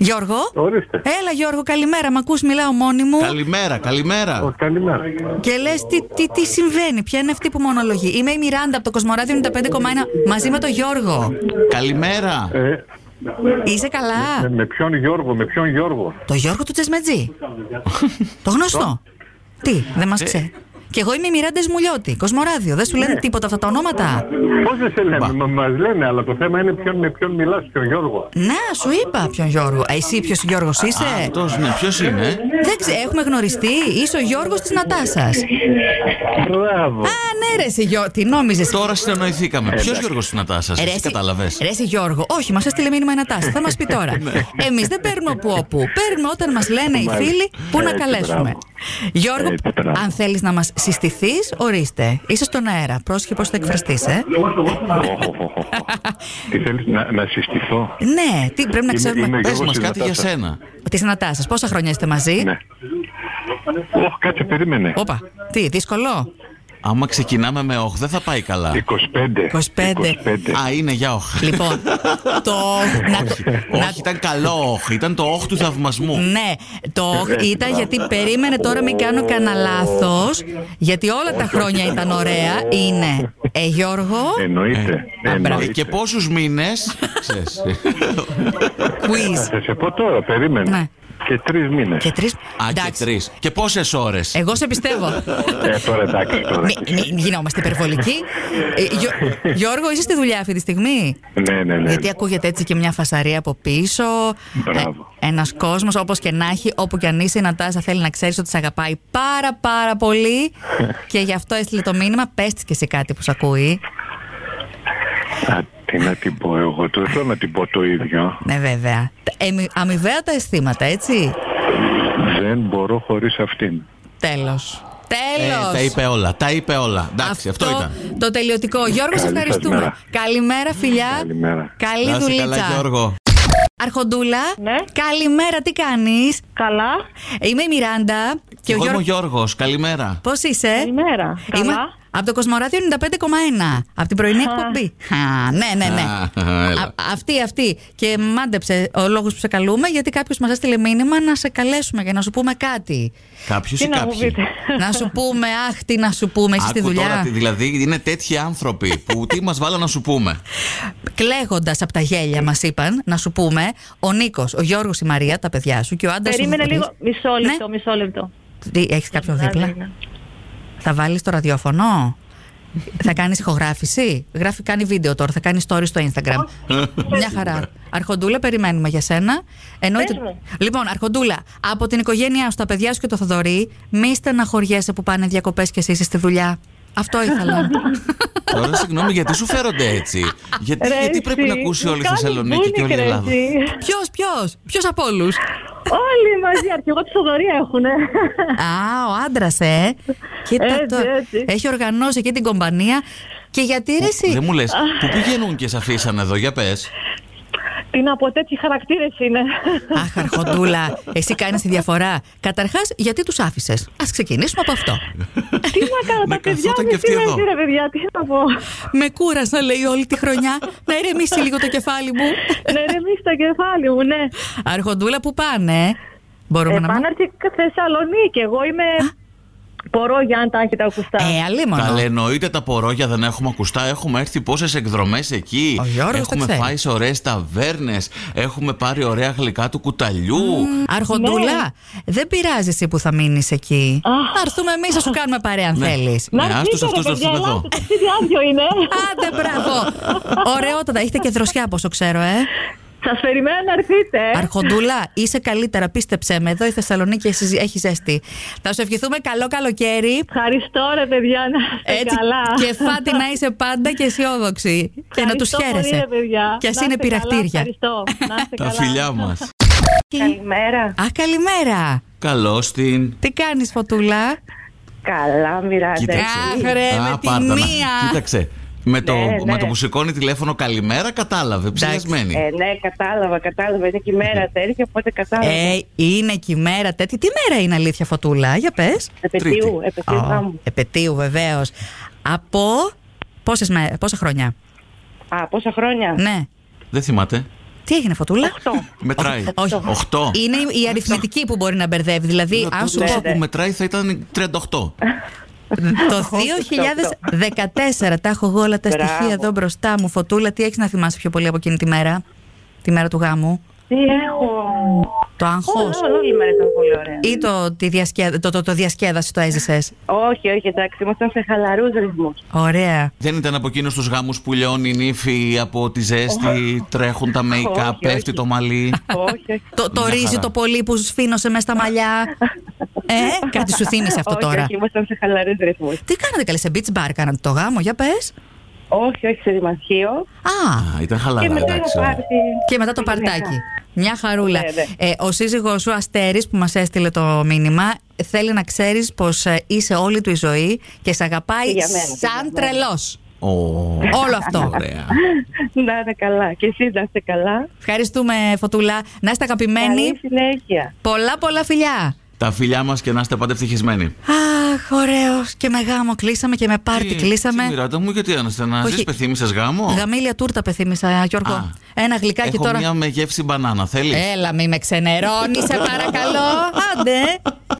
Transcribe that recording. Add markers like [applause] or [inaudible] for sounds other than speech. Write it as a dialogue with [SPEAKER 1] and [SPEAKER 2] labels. [SPEAKER 1] Γιώργο.
[SPEAKER 2] Ορίστε.
[SPEAKER 1] Έλα, Γιώργο, καλημέρα. Μ' ακούς, μιλάω μόνη μου.
[SPEAKER 3] Καλημέρα, καλημέρα.
[SPEAKER 2] Ο, καλημέρα.
[SPEAKER 1] Και λες, τι, τι, τι συμβαίνει, ποια είναι αυτή που μονολογεί. Είμαι η Μιράντα από το Κοσμοράδιο 95,1 μαζί με τον Γιώργο.
[SPEAKER 3] Καλημέρα.
[SPEAKER 2] Ε,
[SPEAKER 1] Είσαι
[SPEAKER 2] με,
[SPEAKER 1] καλά.
[SPEAKER 2] με ποιον Γιώργο, με ποιον Γιώργο.
[SPEAKER 1] Το Γιώργο του Τσεσμετζή. το γνωστό. Τι, δεν μας ξέρει. Και εγώ είμαι η Μιράντα Σμουλιώτη. Κοσμοράδιο. Δεν σου λένε τίποτα αυτά τα ονόματα.
[SPEAKER 2] Πώς δεν σε
[SPEAKER 3] Μπα.
[SPEAKER 2] λέμε, μα, μας λένε, αλλά το θέμα είναι ποιον, με ποιον μιλάς, ποιον Γιώργο.
[SPEAKER 1] Να, σου είπα ποιον Γιώργο. Α, εσύ ποιος Γιώργος
[SPEAKER 3] Α,
[SPEAKER 1] είσαι.
[SPEAKER 3] Αυτός ναι, ποιος είναι.
[SPEAKER 1] Δεν ξέρω, έχουμε γνωριστεί. Είσαι ο Γιώργος της Νατάσας.
[SPEAKER 2] Μπράβο.
[SPEAKER 1] Α, ναι, ρε, εσύ, Γιώ- τι νόμιζες.
[SPEAKER 3] Τώρα συνεννοηθήκαμε. Ποιος Γιώργος στην Ατάσα,
[SPEAKER 1] Ρε,
[SPEAKER 3] εσύ
[SPEAKER 1] εσύ-
[SPEAKER 3] κατάλαβες.
[SPEAKER 1] Ρε, εσύ, Γιώργο, όχι, μας έστειλε μήνυμα ένα τάση. Θα μας
[SPEAKER 2] [laughs]
[SPEAKER 1] πει τώρα. Εμείς δεν παίρνουμε που όπου. Παίρνουμε όταν μας λένε οι
[SPEAKER 2] Ναι. Μάλιστα.
[SPEAKER 1] φίλοι που να
[SPEAKER 2] Έτσι,
[SPEAKER 1] καλέσουμε.
[SPEAKER 2] μπράβο.
[SPEAKER 1] Γιώργο,
[SPEAKER 2] Έτσι, μπράβο.
[SPEAKER 1] αν θέλεις να μας συστηθείς, ορίστε. Είσαι στον αέρα. Πρόσχε πώ θα εκφραστείς, ε.
[SPEAKER 2] Τι θέλεις να, να συστηθώ.
[SPEAKER 1] Ναι, τι πρέπει να
[SPEAKER 2] Είμαι- είμαι
[SPEAKER 1] ξέρουμε.
[SPEAKER 2] ο
[SPEAKER 3] Πες
[SPEAKER 2] Γιώργος
[SPEAKER 3] μας
[SPEAKER 2] της
[SPEAKER 3] κάτι για
[SPEAKER 2] Νατάσας.
[SPEAKER 3] σένα.
[SPEAKER 1] Τη ανατά σα, πόσα χρόνια είστε μαζί.
[SPEAKER 2] Ναι. Ω, κάτσε, περίμενε.
[SPEAKER 1] Όπα, τι, δύσκολο.
[SPEAKER 3] Άμα ξεκινάμε με όχ, δεν θα πάει καλά.
[SPEAKER 2] Ε, 25.
[SPEAKER 1] 25.
[SPEAKER 2] 25.
[SPEAKER 3] Α, είναι για όχ.
[SPEAKER 1] Λοιπόν, το.
[SPEAKER 2] [laughs]
[SPEAKER 1] να το- να-
[SPEAKER 3] Όχι, ήταν καλό όχ. Ήταν το όχ του θαυμασμού.
[SPEAKER 1] Ναι, το όχι ήταν γιατί περίμενε τώρα μην κάνω κανένα λάθος. Γιατί όλα τα χρόνια ήταν ωραία. Είναι. Ε, Γιώργο,
[SPEAKER 2] Εννοείται.
[SPEAKER 3] Ε,
[SPEAKER 2] εννοείται.
[SPEAKER 3] Και πόσους μήνες, ξέρεις.
[SPEAKER 1] quiz.
[SPEAKER 2] Θα σε πω τώρα, περίμενε.
[SPEAKER 1] Ναι.
[SPEAKER 2] Και τρεις μήνες.
[SPEAKER 1] Και τρεις.
[SPEAKER 3] Α, και τρεις. Και πόσες ώρες.
[SPEAKER 1] Εγώ σε πιστεύω.
[SPEAKER 2] Ε, τώρα εντάξει. Τώρα.
[SPEAKER 1] Μην γινόμαστε υπερβολικοί. Ε, Γιώ- Γιώργο, είσαι στη δουλειά αυτή τη στιγμή.
[SPEAKER 2] Ναι, ναι, ναι.
[SPEAKER 1] Γιατί ακούγεται έτσι και μια φασαρία από πίσω. Ε,
[SPEAKER 2] Μπράβο.
[SPEAKER 1] Ένας κόσμος, όπως και να έχει, όπου και αν είσαι, η Νατάσα θέλει να ξέρεις ότι σε αγαπάει πάρα πάρα πολύ. και γι' αυτό έστειλε το μήνυμα. Πες της και εσύ κάτι που σε ακούει.
[SPEAKER 2] Α, τι να την πω εγώ, το θέλω να την πω το ίδιο.
[SPEAKER 1] Ναι, βέβαια. Τα- εμι- αμοιβαία τα αισθήματα, έτσι.
[SPEAKER 2] Δεν μπορώ χωρίς αυτήν.
[SPEAKER 1] Τέλος.
[SPEAKER 3] Ε,
[SPEAKER 1] Τέλος.
[SPEAKER 3] τα είπε όλα, τα είπε όλα. Εντάξει, αυτό ήταν.
[SPEAKER 1] Το τελειωτικό. Γιώργο, σε
[SPEAKER 2] Καλή
[SPEAKER 1] ευχαριστούμε.
[SPEAKER 2] σας
[SPEAKER 1] Καλημέρα, φιλιά.
[SPEAKER 2] Καλημέρα.
[SPEAKER 3] Να
[SPEAKER 1] Καλή
[SPEAKER 3] είσαι καλά,
[SPEAKER 1] δουλίτσα.
[SPEAKER 3] Γιώργο.
[SPEAKER 1] Αρχοντούλα.
[SPEAKER 4] Ναι.
[SPEAKER 1] Καλημέρα, τι κάνεις.
[SPEAKER 4] Καλά.
[SPEAKER 1] Είμαι η Μιράντα. Και ο
[SPEAKER 3] Εγώ είμαι ο
[SPEAKER 1] Γιώργος.
[SPEAKER 3] Γιώργος. Καλημέρα.
[SPEAKER 1] Πώς είσαι.
[SPEAKER 4] Καλημέρα. Καλά.
[SPEAKER 1] από το Κοσμοράδιο 95,1. Από την πρωινή εκπομπή. Α, ναι, ναι, ναι.
[SPEAKER 3] Α, έλα.
[SPEAKER 1] Α, αυτή, αυτή. Και μάντεψε ο λόγος που σε καλούμε, γιατί κάποιος μας έστειλε μήνυμα να σε καλέσουμε για να σου πούμε κάτι.
[SPEAKER 3] Κάποιος
[SPEAKER 4] Τι
[SPEAKER 3] ή
[SPEAKER 4] να μου
[SPEAKER 3] κάποιοι.
[SPEAKER 4] πείτε.
[SPEAKER 1] να σου πούμε, αχ, τι να σου πούμε, εσύ στη
[SPEAKER 3] Άκου τώρα,
[SPEAKER 1] δουλειά.
[SPEAKER 3] τι-
[SPEAKER 1] Κλαίγοντας
[SPEAKER 3] δηλαδή είναι τέτοιοι άνθρωποι που τι μας βάλαν να σου πούμε.
[SPEAKER 1] Κλέγοντα από τα γέλια, μας είπαν να σου πούμε ο Νίκος, ο Γιώργος, η Μαρία, τα παιδιά σου και ο άντρα.
[SPEAKER 4] Περίμενε λίγο. Μισό λεπτό, μισό λεπτό.
[SPEAKER 1] Ναι. Έχεις κάποιον δίπλα. Θα βάλεις το ραδιόφωνο. θα κάνεις ηχογράφηση. Γράφει, κάνει βίντεο τώρα. Θα κάνει story στο Instagram. Μια χαρά. Αρχοντούλα, περιμένουμε για σένα. Εννοείται-
[SPEAKER 4] Πες μου.
[SPEAKER 1] Λοιπόν, Αρχοντούλα, από την οικογένειά σου, τα παιδιά σου και το Θοδωρή, μη στεναχωριέσαι που πάνε διακοπές και εσύ είσαι στη δουλειά. Αυτό
[SPEAKER 4] [laughs]
[SPEAKER 1] ήθελα.
[SPEAKER 3] Τώρα συγγνώμη, γιατί σου φέρονται έτσι. Γιατί,
[SPEAKER 4] Ρε,
[SPEAKER 3] Ε, γιατί
[SPEAKER 4] εσύ,
[SPEAKER 3] πρέπει να ακούσει
[SPEAKER 4] μου
[SPEAKER 3] όλη η
[SPEAKER 4] κάνεις
[SPEAKER 3] Θεσσαλονίκη και όλη η
[SPEAKER 4] bullying, ρε,
[SPEAKER 3] Ελλάδα.
[SPEAKER 4] εσύ.
[SPEAKER 1] Ποιος, ποιος, ποιος από
[SPEAKER 4] [laughs]
[SPEAKER 1] όλους.
[SPEAKER 4] Όλοι μαζί, αρχηγός τη Θοδωρία έχουν.
[SPEAKER 1] Α, ο άντρας, ε. Κοίτα
[SPEAKER 4] Έτσι,
[SPEAKER 1] τώρα.
[SPEAKER 4] έτσι.
[SPEAKER 1] Έχει οργανώσει εκεί την κομπανία. Και γιατί ρε εσύ.
[SPEAKER 3] Δεν μου λες, που πηγαίνουν και σε αφήσαν εδώ, για πες.
[SPEAKER 4] Τι να πω, τέτοιοι χαρακτήρες είναι.
[SPEAKER 1] Αχ, Αρχοντούλα, εσύ κάνεις τη διαφορά. Καταρχάς, γιατί τους άφησες. Ας ξεκινήσουμε από αυτό.
[SPEAKER 4] Τι να κάνω,
[SPEAKER 3] Να
[SPEAKER 4] τα παιδιά
[SPEAKER 3] καθόταν
[SPEAKER 4] μου
[SPEAKER 3] και αυτοί εδώ.
[SPEAKER 4] τι ρε παιδιά, τι να
[SPEAKER 1] [laughs]
[SPEAKER 4] πω.
[SPEAKER 1] Με κούρασαν, λέει, όλη τη χρονιά. Να ηρεμήσει λίγο το κεφάλι μου.
[SPEAKER 4] Να ηρεμήσει το κεφάλι μου, ναι.
[SPEAKER 1] Αρχοντούλα, που πάνε. ε? Μπορούμε να
[SPEAKER 4] Επάνω
[SPEAKER 1] μάθουμε.
[SPEAKER 4] αρχικά Θεσσαλονίκη. Εγώ είμαι. Πορώ για αν τα έχετε ακουστά.
[SPEAKER 1] Ε, αλίμονο.
[SPEAKER 3] Καλά, εννοείται τα πορόγια δεν έχουμε ακουστά. Έχουμε έρθει πόσες εκδρομές εκεί.
[SPEAKER 1] Ο Γιώργος τα
[SPEAKER 3] έχουμε
[SPEAKER 1] ξέρει.
[SPEAKER 3] φάει σε ωραίες ταβέρνες. Έχουμε πάρει ωραία γλυκά του κουταλιού.
[SPEAKER 1] Αρχοντούλα, δεν πειράζει εσύ που θα μείνεις εκεί.
[SPEAKER 4] Ναι. Αχ.
[SPEAKER 1] Θα έρθουμε εμείς, θα σου κάνουμε παρέα αν
[SPEAKER 3] Ναι.
[SPEAKER 1] θέλεις.
[SPEAKER 3] Ναι,
[SPEAKER 4] έρθείτε,
[SPEAKER 3] άστος
[SPEAKER 4] ρε,
[SPEAKER 3] αυτούς να
[SPEAKER 4] παιδιά,
[SPEAKER 3] έρθουν εδώ.
[SPEAKER 4] ελάτε, ταξίδι άδειο είναι.
[SPEAKER 1] Άντε, μπράβο. Ωραιότατα. Έχετε και δροσιά, από όσο ξέρω, ε.
[SPEAKER 4] Σας περιμένω να έρθετε.
[SPEAKER 1] Αρχοντούλα, είσαι καλύτερα, πίστεψέ με. Εδώ η Θεσσαλονίκη εσύ- έχει ζέστη. Θα σου ευχηθούμε καλό καλοκαίρι.
[SPEAKER 4] Ευχαριστώ ρε παιδιά να είστε
[SPEAKER 1] Έτσι,
[SPEAKER 4] Ε, καλά.
[SPEAKER 1] και φάτη να είσαι πάντα και αισιόδοξη. και να τους
[SPEAKER 4] Ευχαριστώ πολύ,
[SPEAKER 1] χαίρεσαι.
[SPEAKER 4] ρε, παιδιά.
[SPEAKER 1] Και ας
[SPEAKER 4] Να
[SPEAKER 1] είναι
[SPEAKER 4] είστε καλά,
[SPEAKER 1] πειραχτήρια.
[SPEAKER 4] Ευχαριστώ. Να
[SPEAKER 1] [laughs]
[SPEAKER 4] είστε
[SPEAKER 3] Τα
[SPEAKER 4] καλά.
[SPEAKER 3] φιλιά μας.
[SPEAKER 5] Καλημέρα.
[SPEAKER 1] Α, καλημέρα.
[SPEAKER 3] Καλώ την.
[SPEAKER 1] Τι κάνεις, Φωτούλα.
[SPEAKER 5] Καλά, Μιράντα.
[SPEAKER 3] Κοίταξε.
[SPEAKER 1] Αχ, ρε, με τη
[SPEAKER 3] πάρτα να.
[SPEAKER 1] μία.
[SPEAKER 3] Κοίταξε. Με το,
[SPEAKER 5] Ναι,
[SPEAKER 3] με
[SPEAKER 5] ναι.
[SPEAKER 3] το που σηκώνει τηλέφωνο καλημέρα, κατάλαβε. Ψηλιασμένη.
[SPEAKER 5] Ε, ναι, κατάλαβα, κατάλαβα. Είναι και η μέρα τέτοια, οπότε κατάλαβα.
[SPEAKER 1] Ε, είναι και η μέρα τέτοια. Τι μέρα είναι αλήθεια, Φωτούλα, για πες.
[SPEAKER 5] επαιτίου,
[SPEAKER 3] τρίτη.
[SPEAKER 5] επαιτίου γάμου.
[SPEAKER 1] Επαιτίου, βεβαίως. Από πόσες με, πόσα χρόνια.
[SPEAKER 5] Α, πόσα χρόνια.
[SPEAKER 1] Ναι.
[SPEAKER 3] Δεν θυμάται.
[SPEAKER 1] Τι έγινε, Φωτούλα.
[SPEAKER 3] Μετράει.
[SPEAKER 1] Όχι.
[SPEAKER 3] Οχτώ.
[SPEAKER 1] Είναι η- η αριθμητική που μπορεί να μπερδεύει. Δηλαδή,
[SPEAKER 3] Να
[SPEAKER 1] αν
[SPEAKER 3] το
[SPEAKER 1] σου
[SPEAKER 4] Ναι,
[SPEAKER 3] νούμερο
[SPEAKER 1] πω
[SPEAKER 3] που μετράει θα ήταν
[SPEAKER 4] [laughs]
[SPEAKER 3] 38.
[SPEAKER 1] το 2014, τα έχω εγώ όλα τα
[SPEAKER 4] Μπράβο.
[SPEAKER 1] στοιχεία εδώ μπροστά μου. Φωτούλα, τι έχεις να θυμάσαι πιο πολύ από εκείνη τη μέρα, τη μέρα του γάμου,
[SPEAKER 4] Τι έχω.
[SPEAKER 1] το άγχος
[SPEAKER 4] Όλη- Όλη η μέρα ήταν πολύ ωραία.
[SPEAKER 1] ή το, τη διασκέδα, το, το, το διασκέδαση το έζησες.
[SPEAKER 4] Όχι, όχι, εντάξει, ήμασταν σε χαλαρούς ρυθμούς.
[SPEAKER 1] Ωραία.
[SPEAKER 3] Δεν ήταν από εκείνους τους γάμους που λιώνει η νύφη από τη ζέστη, τρέχουν τα
[SPEAKER 4] Όχι,
[SPEAKER 3] make-up,
[SPEAKER 4] όχι.
[SPEAKER 3] πέφτει το
[SPEAKER 4] [laughs]
[SPEAKER 3] μαλλί.
[SPEAKER 4] όχι, όχι.
[SPEAKER 1] Το, το
[SPEAKER 3] Μια
[SPEAKER 1] ρύζι
[SPEAKER 3] χαρά.
[SPEAKER 1] το πολύ που σφήνωσε μέσα στα μαλλιά. ε, κάτι σου θύμισε αυτό
[SPEAKER 4] όχι,
[SPEAKER 1] τώρα.
[SPEAKER 4] Όχι, ήμασταν σε χαλαρούς ρυθμούς.
[SPEAKER 1] Τι κάνατε καλέ, σε beach bar κάνατε το γάμο, για πες.
[SPEAKER 4] Όχι, όχι, σε δημαρχείο.
[SPEAKER 1] Α,
[SPEAKER 3] Α, ήταν
[SPEAKER 4] Και
[SPEAKER 3] χαλαρά,
[SPEAKER 4] μετά ένα
[SPEAKER 3] εντάξει.
[SPEAKER 4] πάρτι.
[SPEAKER 1] Και μετά το
[SPEAKER 4] οικογενειακά.
[SPEAKER 1] παρτάκι. Μια χαρούλα.
[SPEAKER 4] Ναι, ναι.
[SPEAKER 1] Ε, ο σύζυγός σου, Αστέρης, που μας έστειλε το μήνυμα, θέλει να ξέρεις πως ε, είσαι όλη του η ζωή και σε αγαπάει
[SPEAKER 4] Και για μένα, και για
[SPEAKER 1] σαν
[SPEAKER 4] μένα.
[SPEAKER 1] τρελός.
[SPEAKER 3] Ω,
[SPEAKER 1] Όλο αυτό.
[SPEAKER 3] Ωραία.
[SPEAKER 4] Να είναι καλά. Και εσεί να είστε καλά.
[SPEAKER 1] Ευχαριστούμε, Φωτούλα. Να είστε αγαπημένοι.
[SPEAKER 4] Καλή συνέχεια.
[SPEAKER 1] Πολλά, πολλά φιλιά.
[SPEAKER 3] Τα φιλιά μας και να είστε πάντα ευτυχισμένοι.
[SPEAKER 1] Αχ, ωραίος. Και με γάμο κλείσαμε και με πάρτι
[SPEAKER 3] Τι-
[SPEAKER 1] κλείσαμε.
[SPEAKER 3] Τι μοιράτα μου, γιατί άναστε να
[SPEAKER 1] Όχι.
[SPEAKER 3] ζεις πεθύμησες γάμο.
[SPEAKER 1] Γαμήλια τούρτα πεθύμησα, Γιώργο.
[SPEAKER 3] Α.
[SPEAKER 1] Ένα γλυκάκι
[SPEAKER 3] Έχω
[SPEAKER 1] τώρα.
[SPEAKER 3] μια με γεύση μπανάνα, θέλεις. [laughs]
[SPEAKER 1] Έλα, μη με ξενερώνεις, σε παρακαλώ. Άντε.